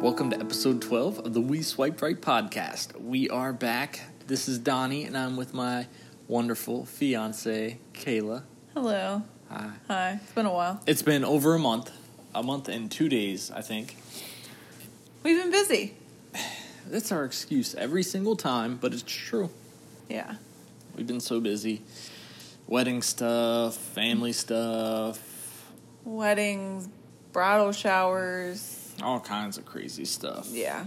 Welcome to episode 12 of the We Swiped Right podcast. We are back. This is Donnie, and I'm with my wonderful fiance, Kayla. Hello. Hi. Hi. It's been a while. It's been over a month, a month and two days, I think. We've been busy. That's our excuse every single time, but it's true. Yeah. We've been so busy. Wedding stuff, family stuff, Weddings, bridal showers. all kinds of crazy stuff. Yeah.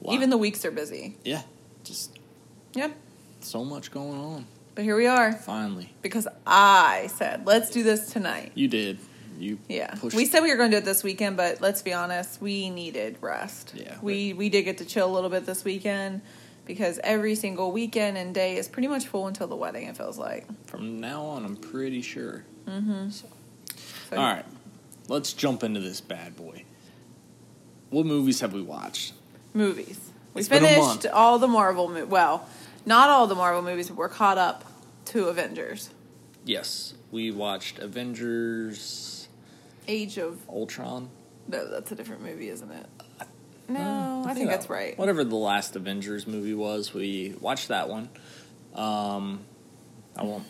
Wow. Even the weeks are busy. yeah, just Yep. so much going on. But here we are Finally, because I said, let's do this tonight. you did. You Yeah. pushed- We said we were going to do it this weekend, but let's be honest, we needed rest. Yeah. We we did get to chill a little bit this weekend because every single weekend and day is pretty much full until the wedding it feels like. from now on. I'm pretty sure. So, All right, let's jump into this bad boy. What movies have we watched? movies. We It's been a finished month. all the Marvel mo- well, not all the Marvel movies, but we're caught up to Avengers. Yes, we watched Avengers: Age of Ultron. No, that's a different movie, isn't it? No, I, think, Uh, that- that's right. Oh, Whatever the last Avengers movie was, we watched that one. Um, I won't.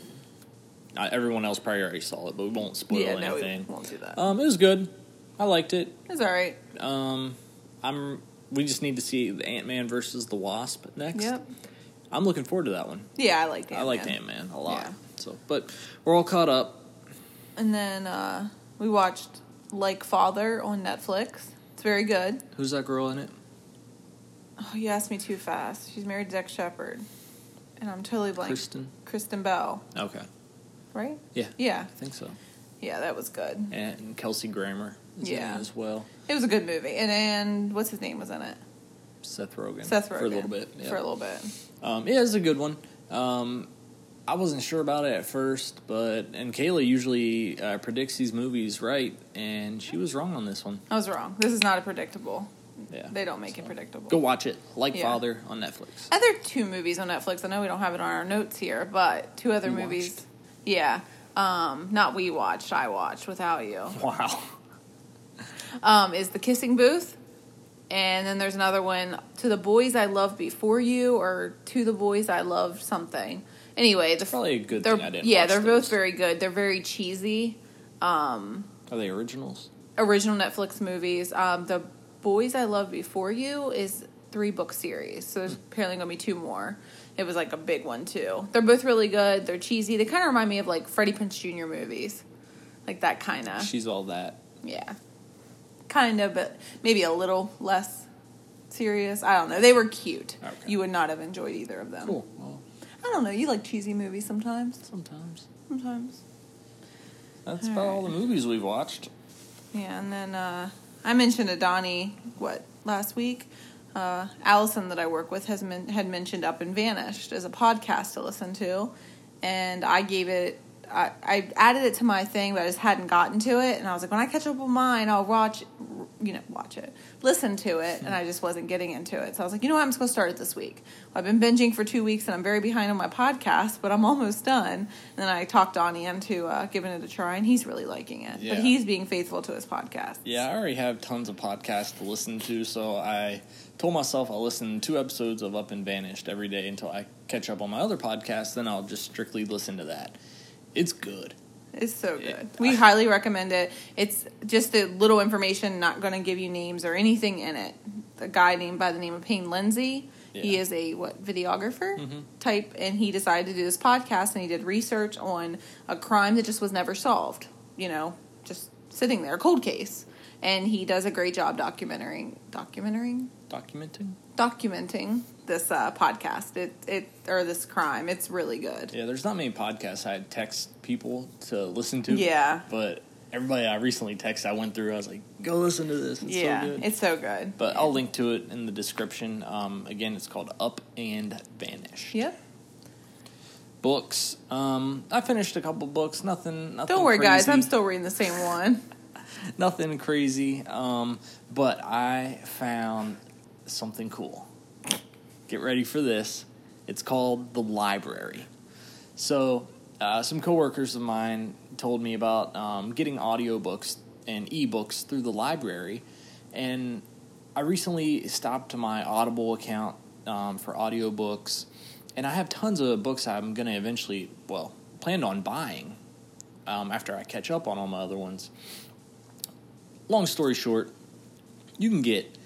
I, everyone else probably already saw it, but we won't spoil yeah, no, we anything. won't do that. um, it was good. I liked it. it's all right. Um, I'm. We just need to see the Ant Man versus the Wasp next. Yep. I'm looking forward to that one. Yeah, I liked it. I liked Ant Man a lot. Yeah. So, but we're all caught up. And then uh, we watched Like Father on Netflix. It's very good. Who's that girl in it? Oh, you asked me too fast. She's married to Zach Shepard, and I'm totally blank. Kristen. Kristen Bell, Okay, right? Yeah. Yeah, I think so. yeah, that was good. And Kelsey Grammer is in Yeah. it as well. It was a good movie, and and what's his name was in it? Seth Rogen. Seth Rogen for a little bit. Yeah. For a little bit. Um, yeah, it's a good one. Um, I wasn't sure about it at first, but and Kayla usually uh, predicts these movies right, and she was wrong on this one. I was wrong. This is not a predictable. Yeah, They don't make it So, predictable. Go watch it, like Yeah. Father on Netflix. Other two movies on Netflix. I know we don't have it on our notes here, but two other You movies. watched. Yeah. Um, not we watched, I watched without you. Wow. Um, is The Kissing Booth. And then there's another one, To the Boys I Loved Before You, or To the Boys I Loved Something. Anyway, the Probably a good they're, thing I didn't. yeah, watch they're those. both very good. They're very cheesy. Are they originals? original Netflix movies. Um, the Boys I Loved Before You is three book series, so there's apparently gonna be two more. It was like a big one too. They're both really good. They're cheesy. They kind of remind me of like Freddie Prinze Jr. movies, like that kind of She's all that. yeah, kind of, but maybe a little less serious. I don't know. They were cute. Okay. You would not have enjoyed either of them. Cool. Well, I don't know. You like cheesy movies sometimes. sometimes. Sometimes. That's All about right. all the movies we've watched. Yeah, and then uh, I mentioned to Donnie what last week. Uh, Allison that I work with has men- had mentioned Up and Vanished as a podcast to listen to, and I gave it. I, I added it to my thing, but I just hadn't gotten to it. And I was like, when I catch up on mine, I'll watch, you know, watch it, listen to it. And I just wasn't getting into it. So I was like, you know what? I'm just going to start it this week. I've been binging for two weeks and I'm very behind on my podcast, but I'm almost done. And then I talked Donnie into uh, giving it a try, and he's really liking it. Yeah. But he's being faithful to his podcast. Yeah, I already have tons of podcasts to listen to, so I told myself I'll listen to two episodes of Up and Vanished every day until I catch up on my other podcast, then I'll just strictly listen to that. It's good. It's so good. Yeah. We highly recommend it. It's just the little information, not going to give you names or anything in it. A guy named by the name of Payne Lindsay. He Yeah. is a what videographer Mhm. type, and he decided to do this podcast, and he did research on a crime that just was never solved. You know, just sitting there, a cold case, and he does a great job documenting, documenting, Documenting? documenting this uh, podcast. It it or this crime. It's really good. Yeah, there's not many podcasts I text people to listen to. Yeah. But everybody I recently texted, I went through, I was like, go listen to this. It's yeah, so good. it's so good. but I'll link to it in the description. Um, again, it's called Up and Vanish. Yep. books. Um, I finished a couple books. Nothing. nothing Don't worry, guys. crazy- I'm still reading the same one. nothing crazy. Um, but I found something cool. Get ready for this. It's called the library. So, uh, some coworkers of mine told me about um, getting audiobooks and ebooks through the library, and I I recently stopped my Audible account um, for audiobooks, and I have tons of books I'm going to eventually, well, planned on buying um, after I catch up on all my other ones. Long story short, you can get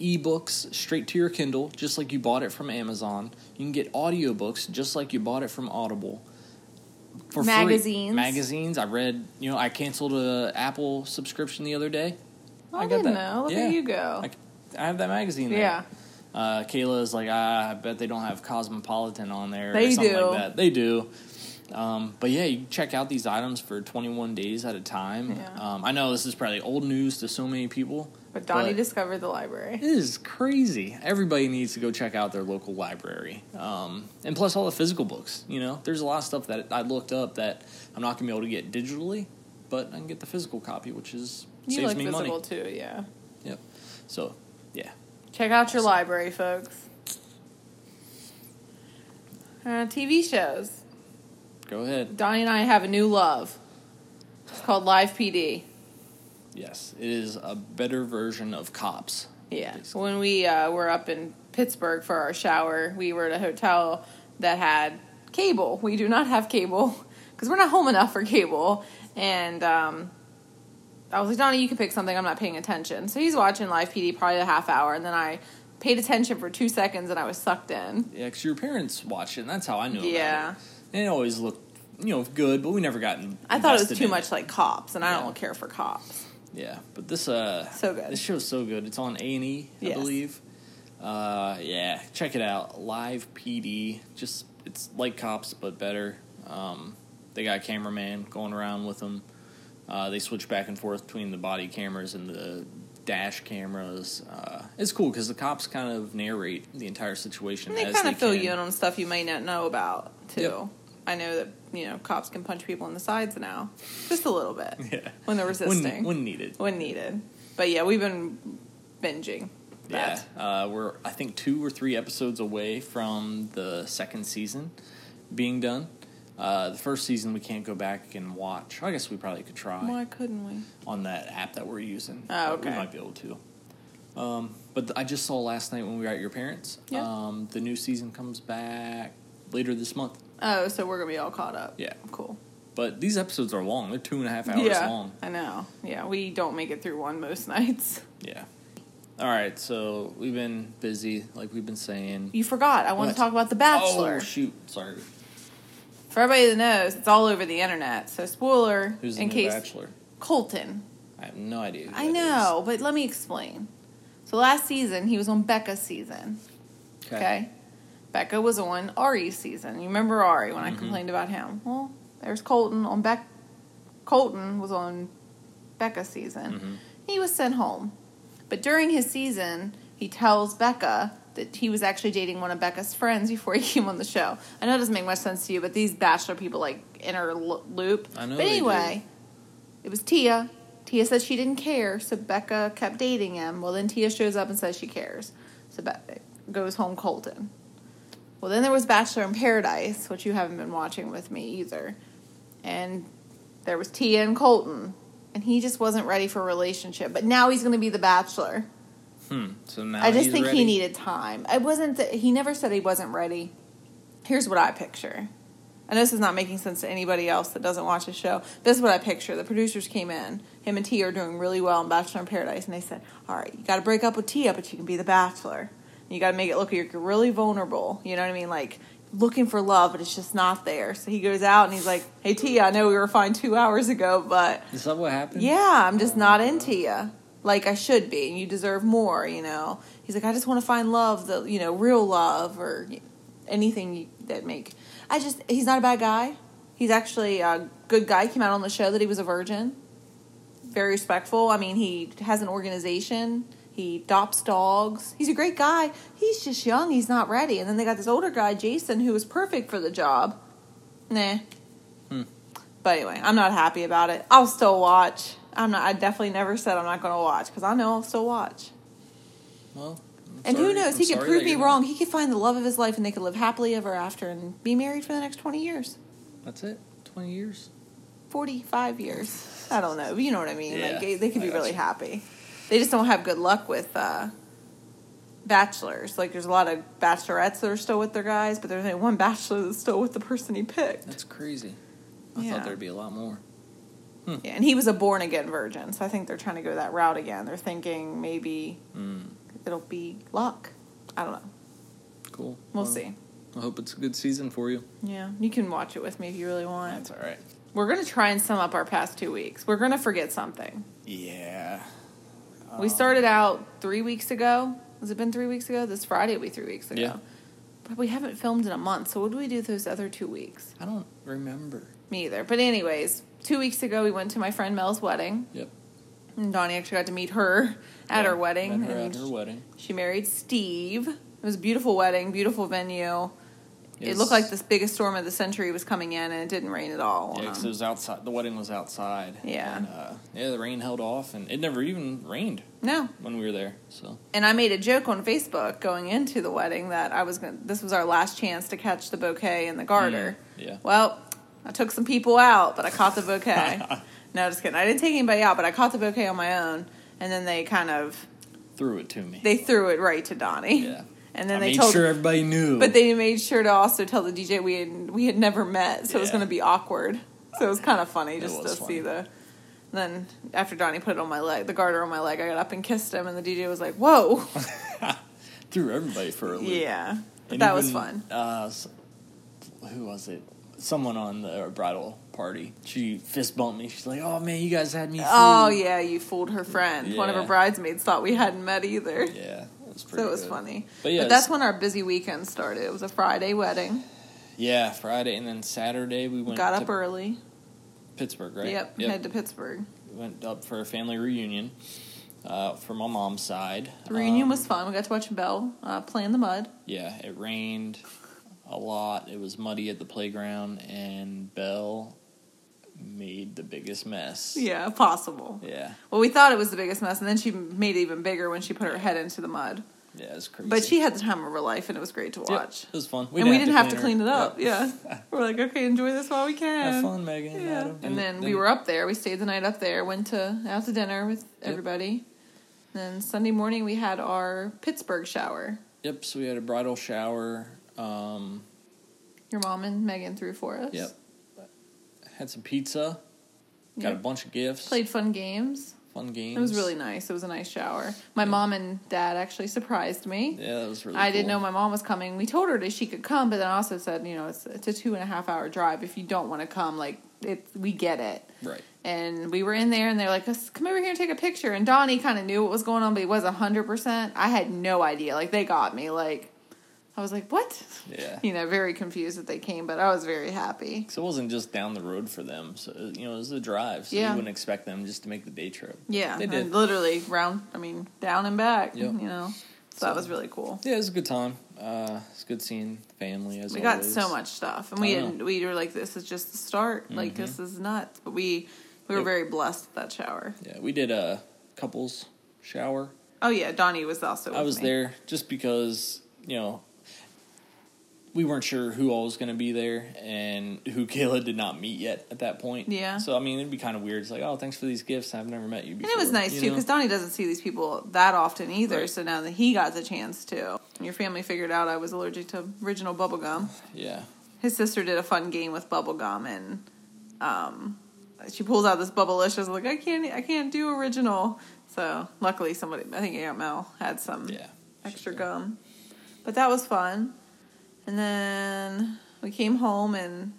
ebooks straight to your Kindle, just like you bought it from Amazon. You can get audiobooks, just like you bought it from Audible. For free. Magazines. Magazines. I read, you know, I canceled a Apple subscription the other day. I, didn't know. Look Yeah. at you go. I, I have that magazine there. yeah. Uh, Kayla is like, ah, I bet they don't have Cosmopolitan on there or They something do. like that. They do. Um, but yeah, you check out these items for 21 days at a time. Yeah. Um, I know this is probably old news to so many people. But Donnie But- discovered the library. It is crazy. Everybody needs to go check out their local library. Um, and plus, all the physical books. You know, there's a lot of stuff that I looked up that I'm not going to be able to get digitally, but I can get the physical copy, which is You saves look me visible money. too, yeah. Yep. So, yeah. Check out your library, folks. Uh, TV shows. Go ahead. Donnie and I have a new love. It's called Live PD. Yes, it is a better version of Cops. Yeah. Basically. When we uh, were up in Pittsburgh for our shower, we were at a hotel that had cable. We do not have cable because we're not home enough for cable. And um, I was like, Donnie, you can pick something. I'm not paying attention. So he's watching Live PD probably a half hour. And then I paid attention for two seconds and I was sucked in. Yeah, 'cause your parents watched it, and that's how I knew about Yeah. it. And it always looked, you know, good, but we never got in- I thought it invested was too in much like cops, and I Yeah. don't care for cops. Yeah, but this, uh... So good. This show's so good. It's on A&E, I Yes. believe. Uh, yeah, check it out. Live PD. Just, it's like Cops, but better. Um, they got a cameraman going around with them. Uh, they switch back and forth between the body cameras and the dash cameras. Uh, it's cool because the cops kind of narrate the entire situation. And they as kind of fill can. you in on stuff you may not know about too. Yep. I know that you know cops can punch people in the sides now, just a little bit Yeah. when they're resisting, When, when needed. when needed. But yeah, we've been binging. That. Yeah, uh, we're I think two or three episodes away from the second season being done. Uh, the first season we can't go back and watch. I guess we probably could try Why couldn't we? on that app that we're using. Oh, But We okay. might be able to. Um, but th- I just saw last night when we were at your parents. Yeah. Um, the new season comes back later this month. Oh, so we're gonna be all caught up. Yeah. cool. But these episodes are long. They're two and a half hours yeah, long. I know. Yeah, we don't make it through one most nights. Yeah. All right. So we've been busy, like we've been saying. You forgot. I want What? to talk about The Bachelor. Oh shoot! Sorry. For everybody that knows, it's all over the internet. So spoiler Who's the in new case bachelor? Colton, I have no idea. who I that know, but let me explain. So last season, he was on Becca's season. is. Okay. Becca was on Ari's season. You remember Ari when I complained about him? Well, there's Colton on Beck. Colton was on Becca's season. Mm-hmm. He was sent home. But during his season, he tells Becca that he was actually dating one of Becca's friends before he came on the show. I know it doesn't make much sense to you, but these bachelor people like inner lo- loop. I know But they do. anyway, it was Tia. Tia said she didn't care, so Becca kept dating him. Well, then Tia shows up and says she cares. So Becca goes home Colton. Well, then there was Bachelor in Paradise, which you haven't been watching with me either. And there was Tia and Colton, and he just wasn't ready for a relationship. But now he's going to be the Bachelor. Hmm. So now I just he's think ready. he needed time. It wasn't that he never said he wasn't ready. Here's what I picture. I know this is not making sense to anybody else that doesn't watch the show. but This is what I picture. The producers came in. Him and Tia are doing really well in Bachelor in Paradise, and they said, "All right, you got to break up with Tia, but you can be the Bachelor. You got to make it look like you're really vulnerable. You know what I mean? Like looking for love, but it's just not there." So he goes out and he's like, "Hey Tia, I know we were fine two hours ago, but Is that what happened? yeah, I'm just not into you. Like I should be, and you deserve more, you know. He's like, I just want to find love, the you know, real love or anything you- that make. I just, he's not a bad guy. He's actually a good guy. Came out on the show that he was a virgin. Very respectful. I mean, he has an organization. He adopts dogs. He's a great guy. He's just young. He's not ready. And then they got this older guy, Jason, who was perfect for the job. Nah, but anyway, I'm not happy about it. I'll still watch. I'm not. I definitely never said I'm not going to watch because I know I'll still watch. Well. I'm And who sorry- knows? I'm he could sorry prove that me you're not- wrong. He could find the love of his life, and they could live happily ever after and be married for the next 20 years, That's it. Twenty years. 45 years. I don't know. You know what I mean? Yeah, like they, they could I be gotcha. really happy. They just don't have good luck with uh, bachelors. Like there's a lot of bachelorettes that are still with their guys, but there's only one bachelor that's still with the person he picked. That's crazy. I Yeah. thought there'd be a lot more. Yeah, and he was a born again virgin, so I think they're trying to go that route again. They're thinking maybe Hmm. it'll be luck. I don't know. Cool. We'll Well, see. I hope it's a good season for you. Yeah, you can watch it with me if you really want. That's all right. We're gonna try and sum up our past two weeks. We're gonna forget something. Yeah. we started out three weeks ago. Has it been three weeks ago? This Friday will be three weeks ago. Yeah. But we haven't filmed in a month, so what do we do those other two weeks? I don't remember. Me either. But anyways, two weeks ago we went to my friend Mel's wedding. Yep. And Donnie actually got to meet her at Yeah, her wedding. Met her and at her wedding. She married Steve. It was a beautiful wedding, beautiful venue. It Yes. looked like the biggest storm of the century was coming in, and it didn't rain at all. Yeah, 'cause it Um, was outside. The wedding was outside. Yeah. And, uh, yeah, the rain held off, and it never even rained no, when we were there. So and I made a joke on Facebook going into the wedding that I was going. to This was our last chance to catch the bouquet in the garter. Mm, yeah. Well, I took some people out, but I caught the bouquet. no, just kidding. I didn't take anybody out, but I caught the bouquet on my own, and then they kind of threw it to me. they threw it right to Donnie. Yeah. And then I they made told sure everybody knew. But they made sure to also tell the DJ we had we had never met, so it was Yeah. going to be awkward. So it was kind of funny just to was funny. see the. Then after Donnie put it on my leg, the garter on my leg, I got up and kissed him, and the DJ was like, "Whoa, threw everybody for a loop. yeah." But And that was even, fun. Uh, s- who was it? Someone on the uh, bridal party. She fist bumped me. She's like, "Oh man, you guys had me." Oh fooled." yeah, you fooled her friend. One of her Yeah. bridesmaids thought we hadn't met either, Yeah, it was pretty. so it was good. funny. But yeah, but that's it's- when our busy weekend started. It was a Friday wedding. Yeah, Friday and then Saturday we went got to up early. Pittsburgh, right? Yep, head to Pittsburgh. went up for a family reunion uh, for my mom's side. The reunion Um, was fun. We got to watch Belle uh, play in the mud. Yeah, it rained a lot. It was muddy at the playground, and Belle made the biggest mess. Yeah, possible. Yeah, Well, we thought it was the biggest mess, and then she made it even bigger when she put her head into the mud. yeah, it was crazy. But she had the time of her life, and it was great to Yeah, watch. it was fun. and we didn't have to clean, her. it up. Yeah, we're like, okay, enjoy this while we can. Have fun, Megan. Yeah. Adam. And, then, we were up there. We stayed the night up there. Went to out to dinner with everybody. And then Sunday morning we had our Pittsburgh shower. Yep. So we had a bridal shower. Um, Your mom and Megan threw for us. yep. Had some pizza. Got Yep. a bunch of gifts. Played fun games. fun games. It was really nice. It was a nice shower. My mom and dad actually surprised me. Yeah, that was really. I didn't know cool. my mom was coming. We told her that she could come, but then I also said, you know, it's, it's a two and a half hour drive. If you don't want to come, like it, we get it. Right. And we were in there, and they're like, "Let's "Come over here and take a picture." And Donnie kind of knew what was going on, but he was hundred percent. I had no idea. Like they got me. Like I was like, "What?" Yeah. You know, very confused that they came, but I was very happy. So it wasn't just down the road for them. So you know, it was a drive. So Yeah. you wouldn't expect them just to make the day trip. Yeah, They and did. literally round. I mean, down and back. Yep. You know, so that was really cool. Yeah, it was a good time. Uh, it's good seeing family as We got always. so much stuff, and I we know. Mm-hmm. didn't, we were like, "This is just the start. Like this is nuts." But we we were Yep. very blessed with that shower. Yeah, we did a couples shower. Oh yeah, Donnie was also. I with was me. there just because you know we weren't sure who all was going to be there and who Kayla did not meet yet at that point. Yeah. So I mean, it'd be kind of weird. It's like, oh, thanks for these gifts. I've never met you and before. it was nice you too know? because Donnie doesn't see these people that often either. Right. So now that he got the chance to, And your family figured out I was allergic to original bubble gum. yeah, His sister did a fun game with bubble gum, and um, she pulls out this bubblelicious. Like I can't, I can't do original. So luckily, somebody, I think Aunt Mel had some. yeah, Mm-hmm. extra gum. But that was fun. And then we came home and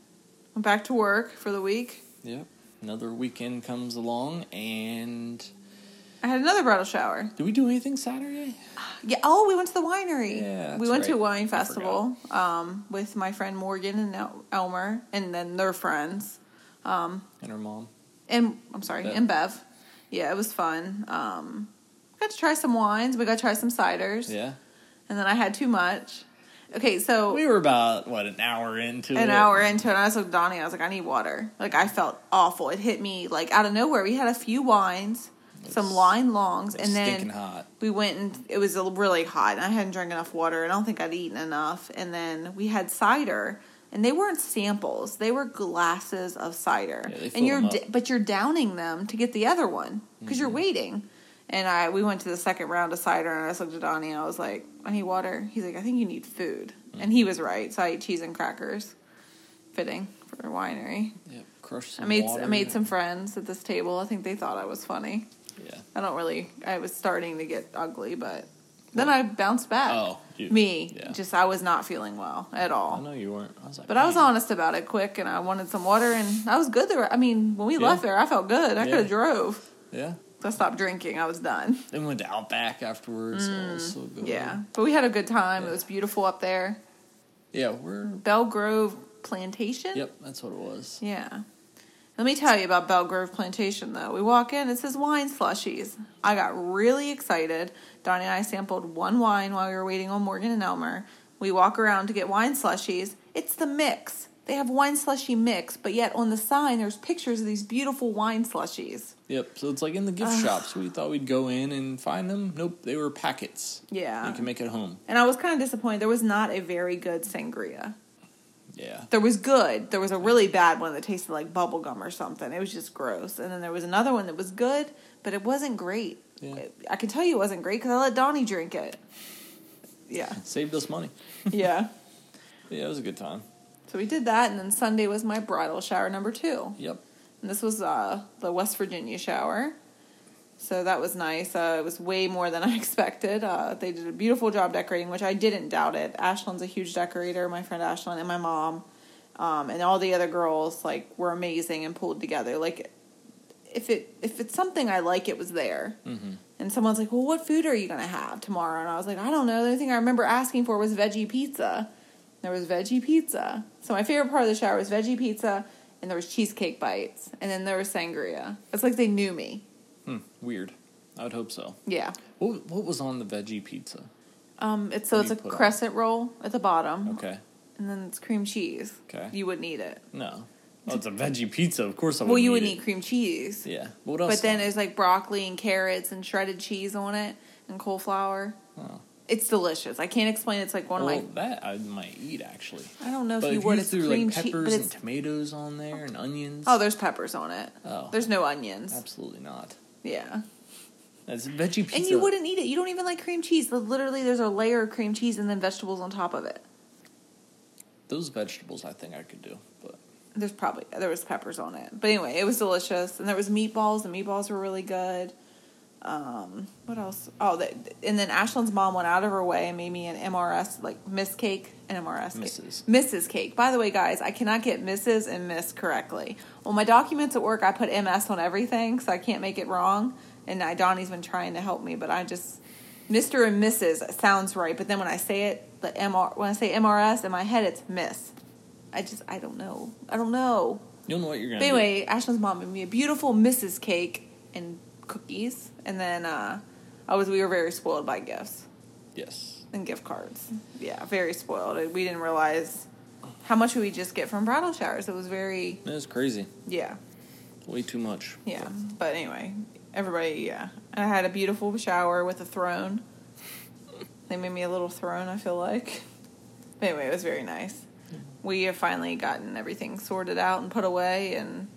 went back to work for the week. yep. Another weekend comes along, and I had another bridal shower. did we do anything Saturday? Yeah. Oh, we went to the winery. Yeah, that's we went to a right. wine I forgot. festival um, with my friend Morgan and El- Elmer, and then their friends. And her mom. And I'm sorry, Bev. and Bev. Yeah, it was fun. Um, got to try some wines. We got to try some ciders. Yeah, And then I had too much. Okay, so we were about what an hour into Oh. an it. hour into it, and I was like, Donnie, I was like, I need water. Like, I felt awful. It hit me like out of nowhere. We had a few wines, some It's- line longs, It's and then stinking hot. we went and it was really hot, and I hadn't drank enough water, and I don't think I'd eaten enough. And then we had cider, and they weren't samples; they were glasses of cider. Yeah, they fill and you're, them up. Mm-hmm. d- but you're downing them to get the other one because you're waiting. And I we went to the second round of cider, and I just looked at Donnie, and I was like, "I need water." He's like, "I think you need food," and Mm-hmm. he was right. So I ate cheese and crackers, fitting for a winery. Yeah, crushed I some made water. I made some friends at this table. I think they thought I was funny. Yeah. I don't really. I was starting to get ugly, but then I bounced back. Oh, you- me, yeah. just I was not feeling well at I all. know you weren't. I was like, But I was "Man." honest about it quick, and I wanted some water, and I was good there. I mean, when we Yeah. left there, I felt good. I Yeah. could have drove. Yeah. I stopped drinking. I was done. Then went to Outback afterwards. oh, it was so good. Mm, Yeah, but we had a good time. It Yeah. was beautiful up there. Yeah, we're. Bell Grove Plantation. Yep, that's what it was. Yeah. Let me tell you about Belgrove Plantation, though. We walk in, it says wine slushies. I got really excited. Donnie and I sampled one wine while we were waiting on Morgan and Elmer. We walk around to get wine slushies. It's the mix. They have wine slushy mix, but yet on the sign there's pictures of these beautiful wine slushies. Yep. So it's like in the gift shops. We thought we'd go in and find them. Nope, they were packets. Yeah. You can make it home. And I was kind of disappointed. There was not a very good sangria. Yeah. There was good. There was a really bad one that tasted like bubblegum or something. It was just gross. And then there was another one that was good, but it wasn't great. Yeah. It- I can tell you it wasn't great because I let Donnie drink it. Yeah. Saved us money. Yeah. Yeah, it was a good time. so we did that. And then Sunday was my bridal shower number two. Yep. And this was uh, the West Virginia shower. So that was nice. Uh, it was way more than I expected. Uh, they did a beautiful job decorating, which I didn't doubt it. Ashlyn's a huge decorator, my friend Ashlyn, and my mom, um, and all the other girls like were amazing and pulled together. Like, if it if it's something I like, it was there. And someone's like, "Well, what food are you gonna have tomorrow?" And I was like, "I don't know." The only thing I remember asking for was veggie pizza. There was veggie pizza. So my favorite part of the shower was veggie pizza, and there was cheesecake bites, and then there was sangria. It's like they knew me. Hmm, Weird. I would hope so. Yeah. What what was on the veggie pizza? Um, it's so What it's do a you put on? crescent roll at the bottom, Okay. and then it's cream cheese. Okay. You wouldn't eat it. No. Oh, it's a veggie pizza. Of course I would. Well, you wouldn't it. eat cream cheese. Yeah. What else? But then there's like broccoli and carrots and shredded cheese on it and cauliflower. Oh. It's delicious. I can't explain. It's like one well, of my. that I might eat actually. I don't know if Oh, But you if would. you It's threw cream like cheese, peppers but and it's tomatoes on there and onions. oh, there's peppers on it. Oh. There's no onions. Absolutely not. Yeah, That's veggie pizza. and you wouldn't eat it. You don't even like cream cheese. Literally, there's a layer of cream cheese and then vegetables on top of it. Those vegetables, I think I could do, but there's probably there was peppers on it but anyway it was delicious and there was meatballs the meatballs were really good um what else oh the, and then ashlyn's mom went out of her way and made me an mrs like miss cake and mrs Mrs.. cake. mrs cake by the way guys i cannot get mrs and miss correctly on my documents at work i put ms on everything so i can't make it wrong and I, donnie's been trying to help me but i just mr and mrs sounds right but then when i say it the mr when i say mrs in my head it's miss I just I don't know. I don't know. you'll know what you're gonna. But anyway, Ashlyn's mom made me a beautiful Mrs. cake and cookies, and then uh, I was we were very spoiled by gifts do. Yes. and gift cards. Yeah, very spoiled. We didn't realize how much we just get from bridal showers. It was very That was crazy. yeah Way too much. yeah. But anyway, everybody yeah. And I had a beautiful shower with a throne. They made me a little throne. I feel like. But anyway, it was very nice. We have finally gotten everything sorted out and put away and.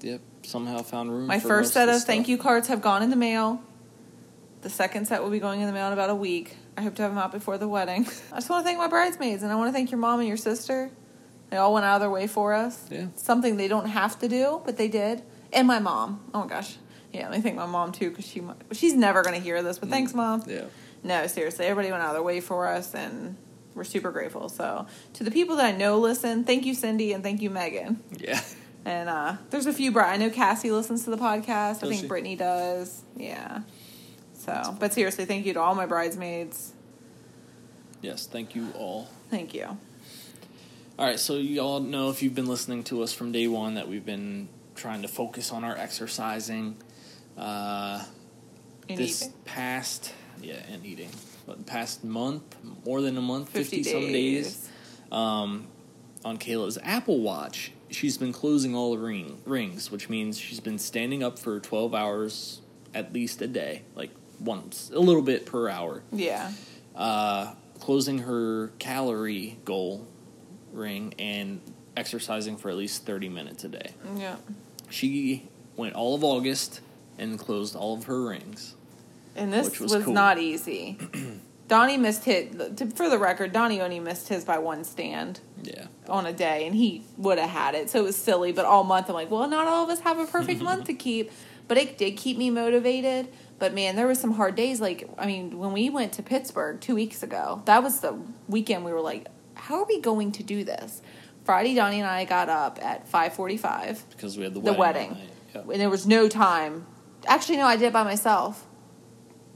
Yep. Somehow found room. My Mm, for first most set the of thank stuff. you cards have gone in the mail. The second set will be going in the mail in about a week. I hope to have them out before the wedding. I just want to thank my bridesmaids and I want to thank your mom and your sister. They all went out of their way for us. Yeah. Something they don't have to do, but they did. And my mom. Oh my gosh. Yeah, let me thank my mom too because she mi- she's never going to hear this, but Mm. thanks, mom. Yeah. No, seriously, everybody went out of their way for us and we're super grateful. So, to the people that I know listen, thank you, Cindy, and thank you, Megan. Yeah. And uh, there's a few. Bri- I know Cassie listens to the podcast. I Does think she? Brittany does. Yeah. So, but seriously, thank you to all my bridesmaids. Yes. Thank you all. Thank you. All right. So you all know if you've been listening to us from day one that we've been trying to focus on our exercising. Uh, And this eating. past yeah and eating, but the past month, more than a month, fifty, some days. um, on Kayla's Apple Watch, she's been closing all the ring rings, which means she's been standing up for twelve hours at least a day, like once, a little bit per hour. Yeah. Uh, closing her calorie goal ring and exercising for at least thirty minutes a day. Yeah. She went all of August and closed all of her rings. and this which was, was cool. not easy. Donnie missed hit. to- For the record, Donnie only missed his by one stand Yeah. on a day, and he would have had it. So it was silly. But all month, I'm like, well, not all of us have a perfect month to keep. But it did keep me motivated. But man, there were some hard days. Like, I mean, when we went to Pittsburgh two weeks ago, that was the weekend we were like, how are we going to do this? Friday, Donnie and I got up at 545 Because we had the the wedding. wedding, that night. and there was no time. Actually, no, I did it by myself.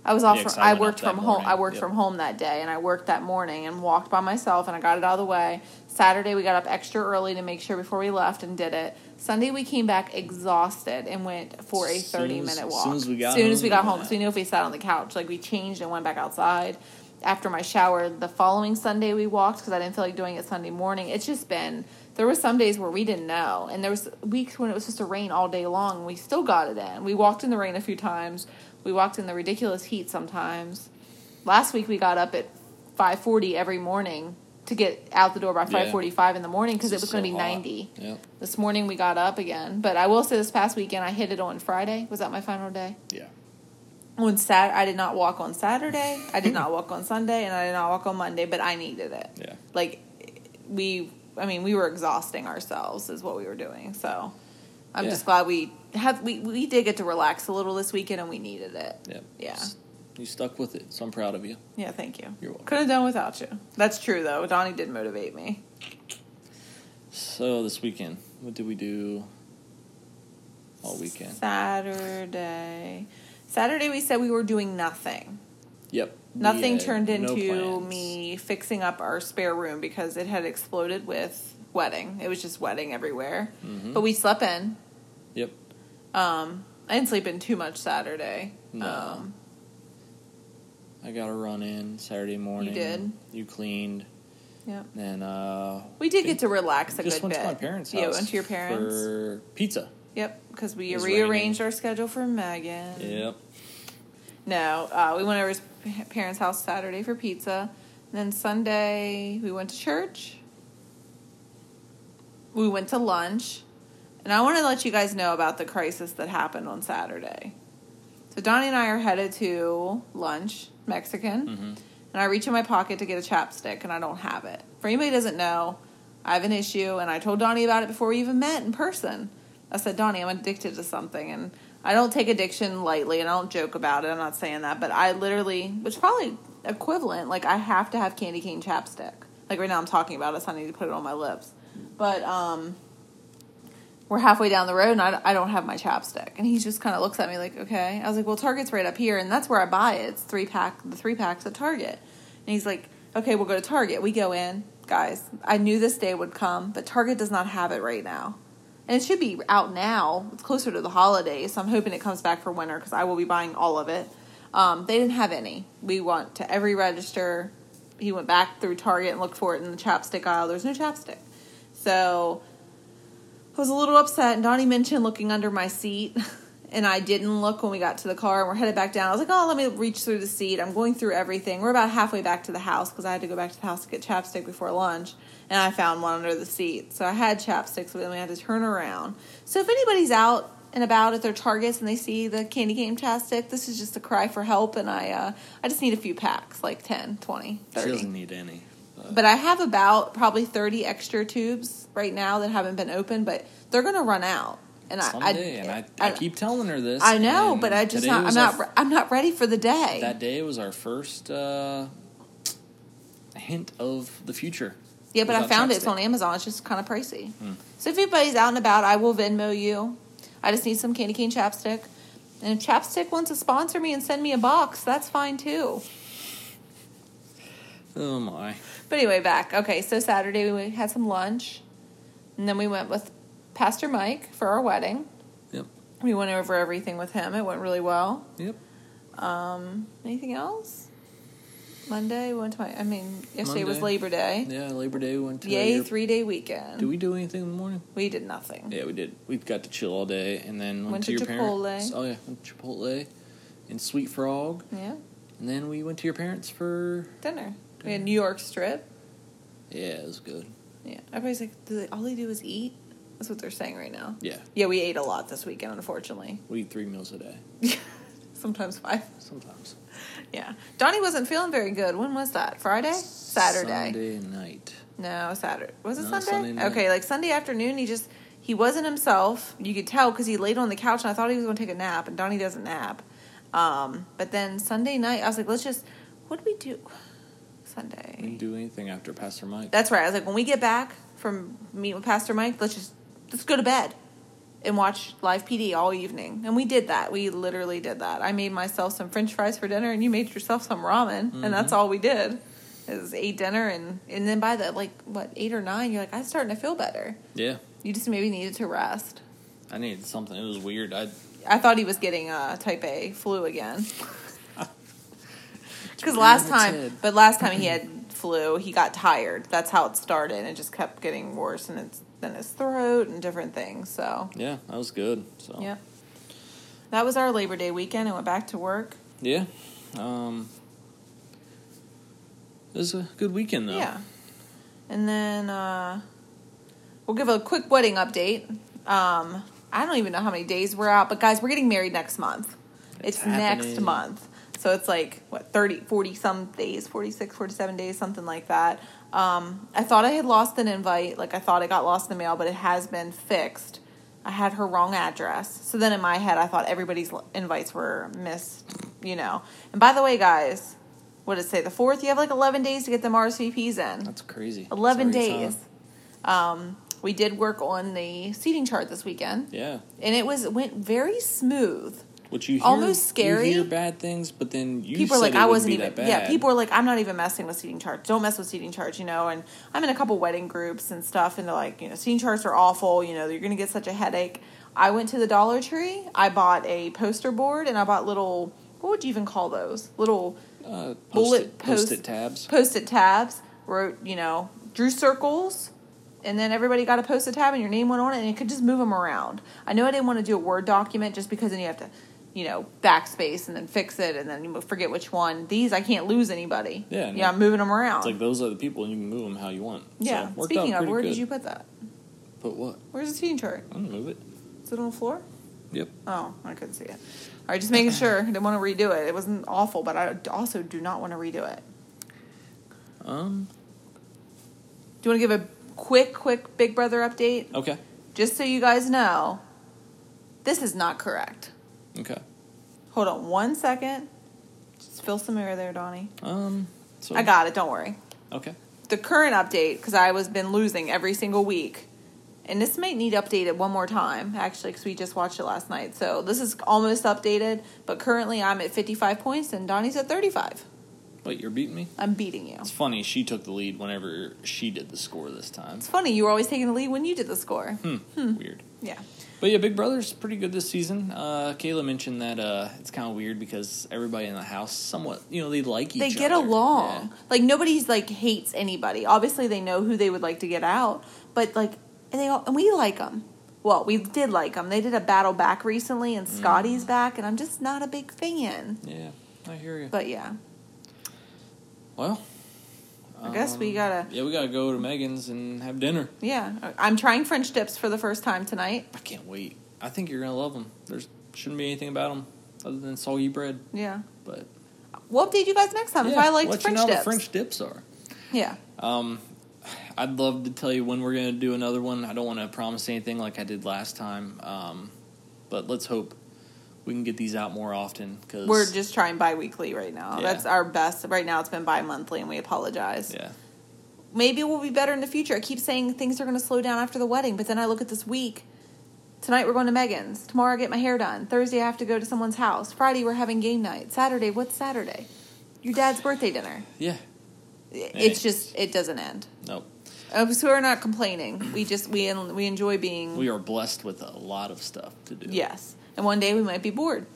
I was off. Yeah, 'cause from, I I, went worked out that from home. I morning. worked Yep. from home that day, and I worked that morning and walked by myself, and I got it out of the way. Saturday, we got up extra early to make sure before we left and did it. Sunday, we came back exhausted and went for a Soon thirty as- minute soon walk. as we got soon as we home, got home, yeah. so you know if we sat on the couch, like we changed and went back outside. After my shower, the following Sunday we walked because I didn't feel like doing it Sunday morning. It's just been there were some days where we didn't know, and there was weeks when it was supposed to rain all day long. and We still got it in. We walked in the rain a few times. We walked in the ridiculous heat sometimes. Last week we got up at five forty every morning to get out the door by Yeah. five forty five in the morning because it It's was going to so be hot. ninety. Yep. This morning we got up again, but I will say this past weekend I hit it on Friday. Was that my final day? Yeah. on Sat I did not walk on Saturday. I did not walk on Sunday, and I did not walk on Monday. But I needed it. Yeah. Like we, I mean, we were exhausting ourselves, is what we were doing. So I'm Yeah. just glad we have we we did get to relax a little this weekend, and we needed it. Yep. Yeah. S- You stuck with it, so I'm proud of you. Yeah, thank you. You're welcome. Could have done without you. That's true though. Donnie did motivate me. So this weekend, what did we do? All weekend. Saturday. Saturday we said we were doing nothing. Yep. We Nothing had turned no into plans. me fixing up our spare room because it had exploded with wedding. It was just wedding everywhere. Hmm. But we slept in. Mm-hmm. Um, Yep. I didn't sleep in too much Saturday. No. Um, I got a run in Saturday morning. did? You cleaned. yeah. Then uh We did think- get to relax a just good went bit. to my parents' house. Yeah, went to your parents. for pizza. Yep, because It we was rearranged raining. our schedule for Megan. Yep. No, uh, we went over to his p- parents' house Saturday for pizza. And then Sunday, we went to church. We went to lunch. And I want to let you guys know about the crisis that happened on Saturday. So Donnie and I are headed to lunch, Mexican. Mm-hmm. And I reach in my pocket to get a chapstick, and I don't have it. For anybody who doesn't know, I have an issue, and I told Donnie about it before we even met in person. I said, Donnie, I'm addicted to something, and I don't take addiction lightly, and I don't joke about it. I'm not saying that, but I literally, which probably equivalent, like I have to have candy cane chapstick. Like right now, I'm talking about it, so I need to put it on my lips. But um, we're halfway down the road, and I, I don't have my chapstick, and he just kind of looks at me like, okay. I was like, well, Target's right up here, and that's where I buy it. It's three pack, the three packs at Target. And he's like, okay, we'll go to Target. We go in. Guys, I knew this day would come, but Target does not have it right now. And it should be out now. It's closer to the holidays, so I'm hoping it comes back for winter because I will be buying all of it. Um, they didn't have any. We went to every register. He went back through Target and looked for it in the chapstick aisle. There's no chapstick. So I was a little upset. And Donnie mentioned looking under my seat, and I didn't look when we got to the car and we're headed back down. I was like, oh, let me reach through the seat. I'm going through everything. We're about halfway back to the house because I had to go back to the house to get chapstick before lunch, and I found one under the seat. So I had chapsticks, but then we had to turn around. So if anybody's out and about at their targets and they see the candy cane chapstick, this is just a cry for help, and I uh, I just need a few packs, like 10, 20, 30. She doesn't need any. But I have about probably 30 extra tubes right now that haven't been opened, but they're going to run out. And I- Someday, I, and I, I, keep telling her this. I know, and but I just today not, I'm was not our re- I'm not ready for the day. That day was our first uh, hint of the future. yeah, but I without found it. It's chapstick. on Amazon. It's just kind of pricey. Hmm. So if anybody's out and about, I will Venmo you. I just need some candy cane chapstick. And if Chapstick wants to sponsor me and send me a box, that's fine too. Oh my! But anyway, back. Okay, so Saturday we had some lunch. And then we went with Pastor Mike for our wedding. Yep. We went over everything with him. It went really well. Yep. Um, anything else? Monday we went to my. I mean, yesterday was Monday. Labor Day. Yeah, Labor Day we went to. Yay, your- three day weekend. Did we do anything in the morning? We did nothing. Yeah, we did. We got to chill all day, and then went, Went to, to your parents. Chipotle. Oh yeah, went to Chipotle, and Sweet Frog, Yeah, and then we went to your parents for. dinner. We had New York strip. Yeah, it was good. Yeah, everybody's like, do they, all they do is eat. That's what they're saying right now. Yeah, Yeah, we ate a lot this weekend, unfortunately. we eat three meals a day. Sometimes five. Sometimes. Yeah. Donnie wasn't feeling very good. When was that? Friday? Saturday. Sunday night. No, Saturday. Was it No, Sunday? Sunday night. okay, like Sunday afternoon, he just he wasn't himself. You could tell because he laid on the couch, and I thought he was going to take a nap, and Donnie doesn't nap. Um, but then Sunday night, I was like, let's just what do we do? I didn't Sunday. do anything after Pastor Mike. That's right. I was like, when we get back from meeting with Pastor Mike, let's just let's go to bed and watch live PD all evening. And we did that. We literally did that. I made myself some French fries for dinner, and you made yourself some ramen, and that's all we did. Is ate dinner and and then by the like what eight or nine, you're like I'm starting to feel better. yeah. You just maybe needed to rest. I needed something. It was weird. I I thought he was getting uh, type A flu again. Because really last in its head. time, but last time he had flu, he got tired. That's how it started, and it just kept getting worse, and it's then his throat and different things. So, yeah, that was good. So yep. That was our Labor Day weekend, and went back to work. Yeah. Um It was a good weekend though. Yeah. And then uh, we'll give a quick wedding update. Um, I don't even know how many days we're out, but guys, we're getting married next month. It's, It's next happening. month. So it's like, what, 30, 40 some days, 46, 47 days, something like that. Um, I thought I had lost an invite. Like, I thought it got lost in the mail, but it has been fixed. I had her wrong address. So then in my head, I thought everybody's l- invites were missed, you know. And by the way, guys, what did it say? The 4th? You have like 11 days to get them RSVPs in. That's crazy. 11 It's already days. time. Um, we did work on the seating chart this weekend, Yeah. and it was it went very smooth. Which you hear, Almost scary. You hear bad things, but then you people are said like, it I wouldn't wasn't be even. that bad. Yeah, people are like, I'm not even messing with seating charts. Don't mess with seating charts, you know. And I'm in a couple wedding groups and stuff, and they're like, you know, seating charts are awful. You know, you're gonna get such a headache. I went to the Dollar Tree. I bought a poster board, and I bought little. What would you even call those? Little uh, bullet bullet post- post it tabs. post-it tabs wrote you know drew circles and then everybody got a post-it tab and your name went on it and it could just move them around i know i didn't want to do a word document just because then you have to you know backspace and then fix it and then you forget which one these i can't lose anybody Yeah, no. yeah i'm moving them around It's like those are the people, and you can move them how you want. yeah So, worked speaking out of pretty where good. did you put that put what? where's the seating chart I don't move it. is it on the floor Yep. oh i couldn't see it all right just making sure i didn't want to redo it it wasn't awful but i also do not want to redo it Um. do you want to give a quick quick big brother update Okay. just so you guys know, this is not correct. Okay. Hold on one second. Just fill some air there, Donnie. Um. So I got it. Don't worry. Okay. The current update, because I was been losing every single week, and this might need updated one more time actually, because we just watched it last night. So this is almost updated, but currently I'm at 55 points and Donnie's at 35. Wait, you're beating me. I'm beating you. It's funny. She took the lead whenever she did the score this time. It's funny you were always taking the lead when you did the score. Hmm. Weird. Yeah. But yeah, Big Brother's pretty good this season. Uh, Kayla mentioned that uh, it's kind of weird because everybody in the house somewhat, you know, they like each they other. get along. Like nobody's like hates anybody. Obviously, they know who they would like to get out, but like and they all, and we like them. Well, we did like them. They did a battle back recently, and Mm. Scotty's back, and I'm just not a big fan. Yeah. yeah. I hear you. But yeah, Well, I guess Um. we gotta. yeah, we gotta go to Megan's and have dinner. Yeah, I'm trying French dips for the first time tonight. I can't wait. I think you're gonna love them. There shouldn't be anything about them other than soggy bread, Yeah, but we'll update you guys next time if Yeah, I liked let you French know how dips. the French dips are. Yeah, Um, I'd love to tell you when we're gonna do another one. I don't want to promise anything like I did last time. Um, but let's hope we can get these out more often because we're just trying bi-weekly right now. Yeah. That's our best. Right now, it's been bi-monthly, and we apologize. yeah. maybe we'll be better in the future. I keep saying things are going to slow down after the wedding, but then I look at this week. Tonight we're going to Megan's. Tomorrow I get my hair done. Thursday I have to go to someone's house. Friday we're having game night. Saturday, what's Saturday? Your dad's birthday dinner. Yeah. I- Hey. It's just it doesn't end. Nope. Uh, So we're not complaining. We just we en- we enjoy being We are blessed with a lot of stuff to do. yes. And one day we might be bored.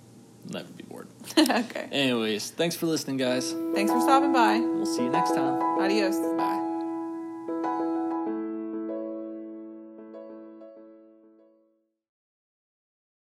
Never be bored. okay. Anyways, thanks for listening, guys. Thanks for stopping by. We'll see you next time. Adios. Bye.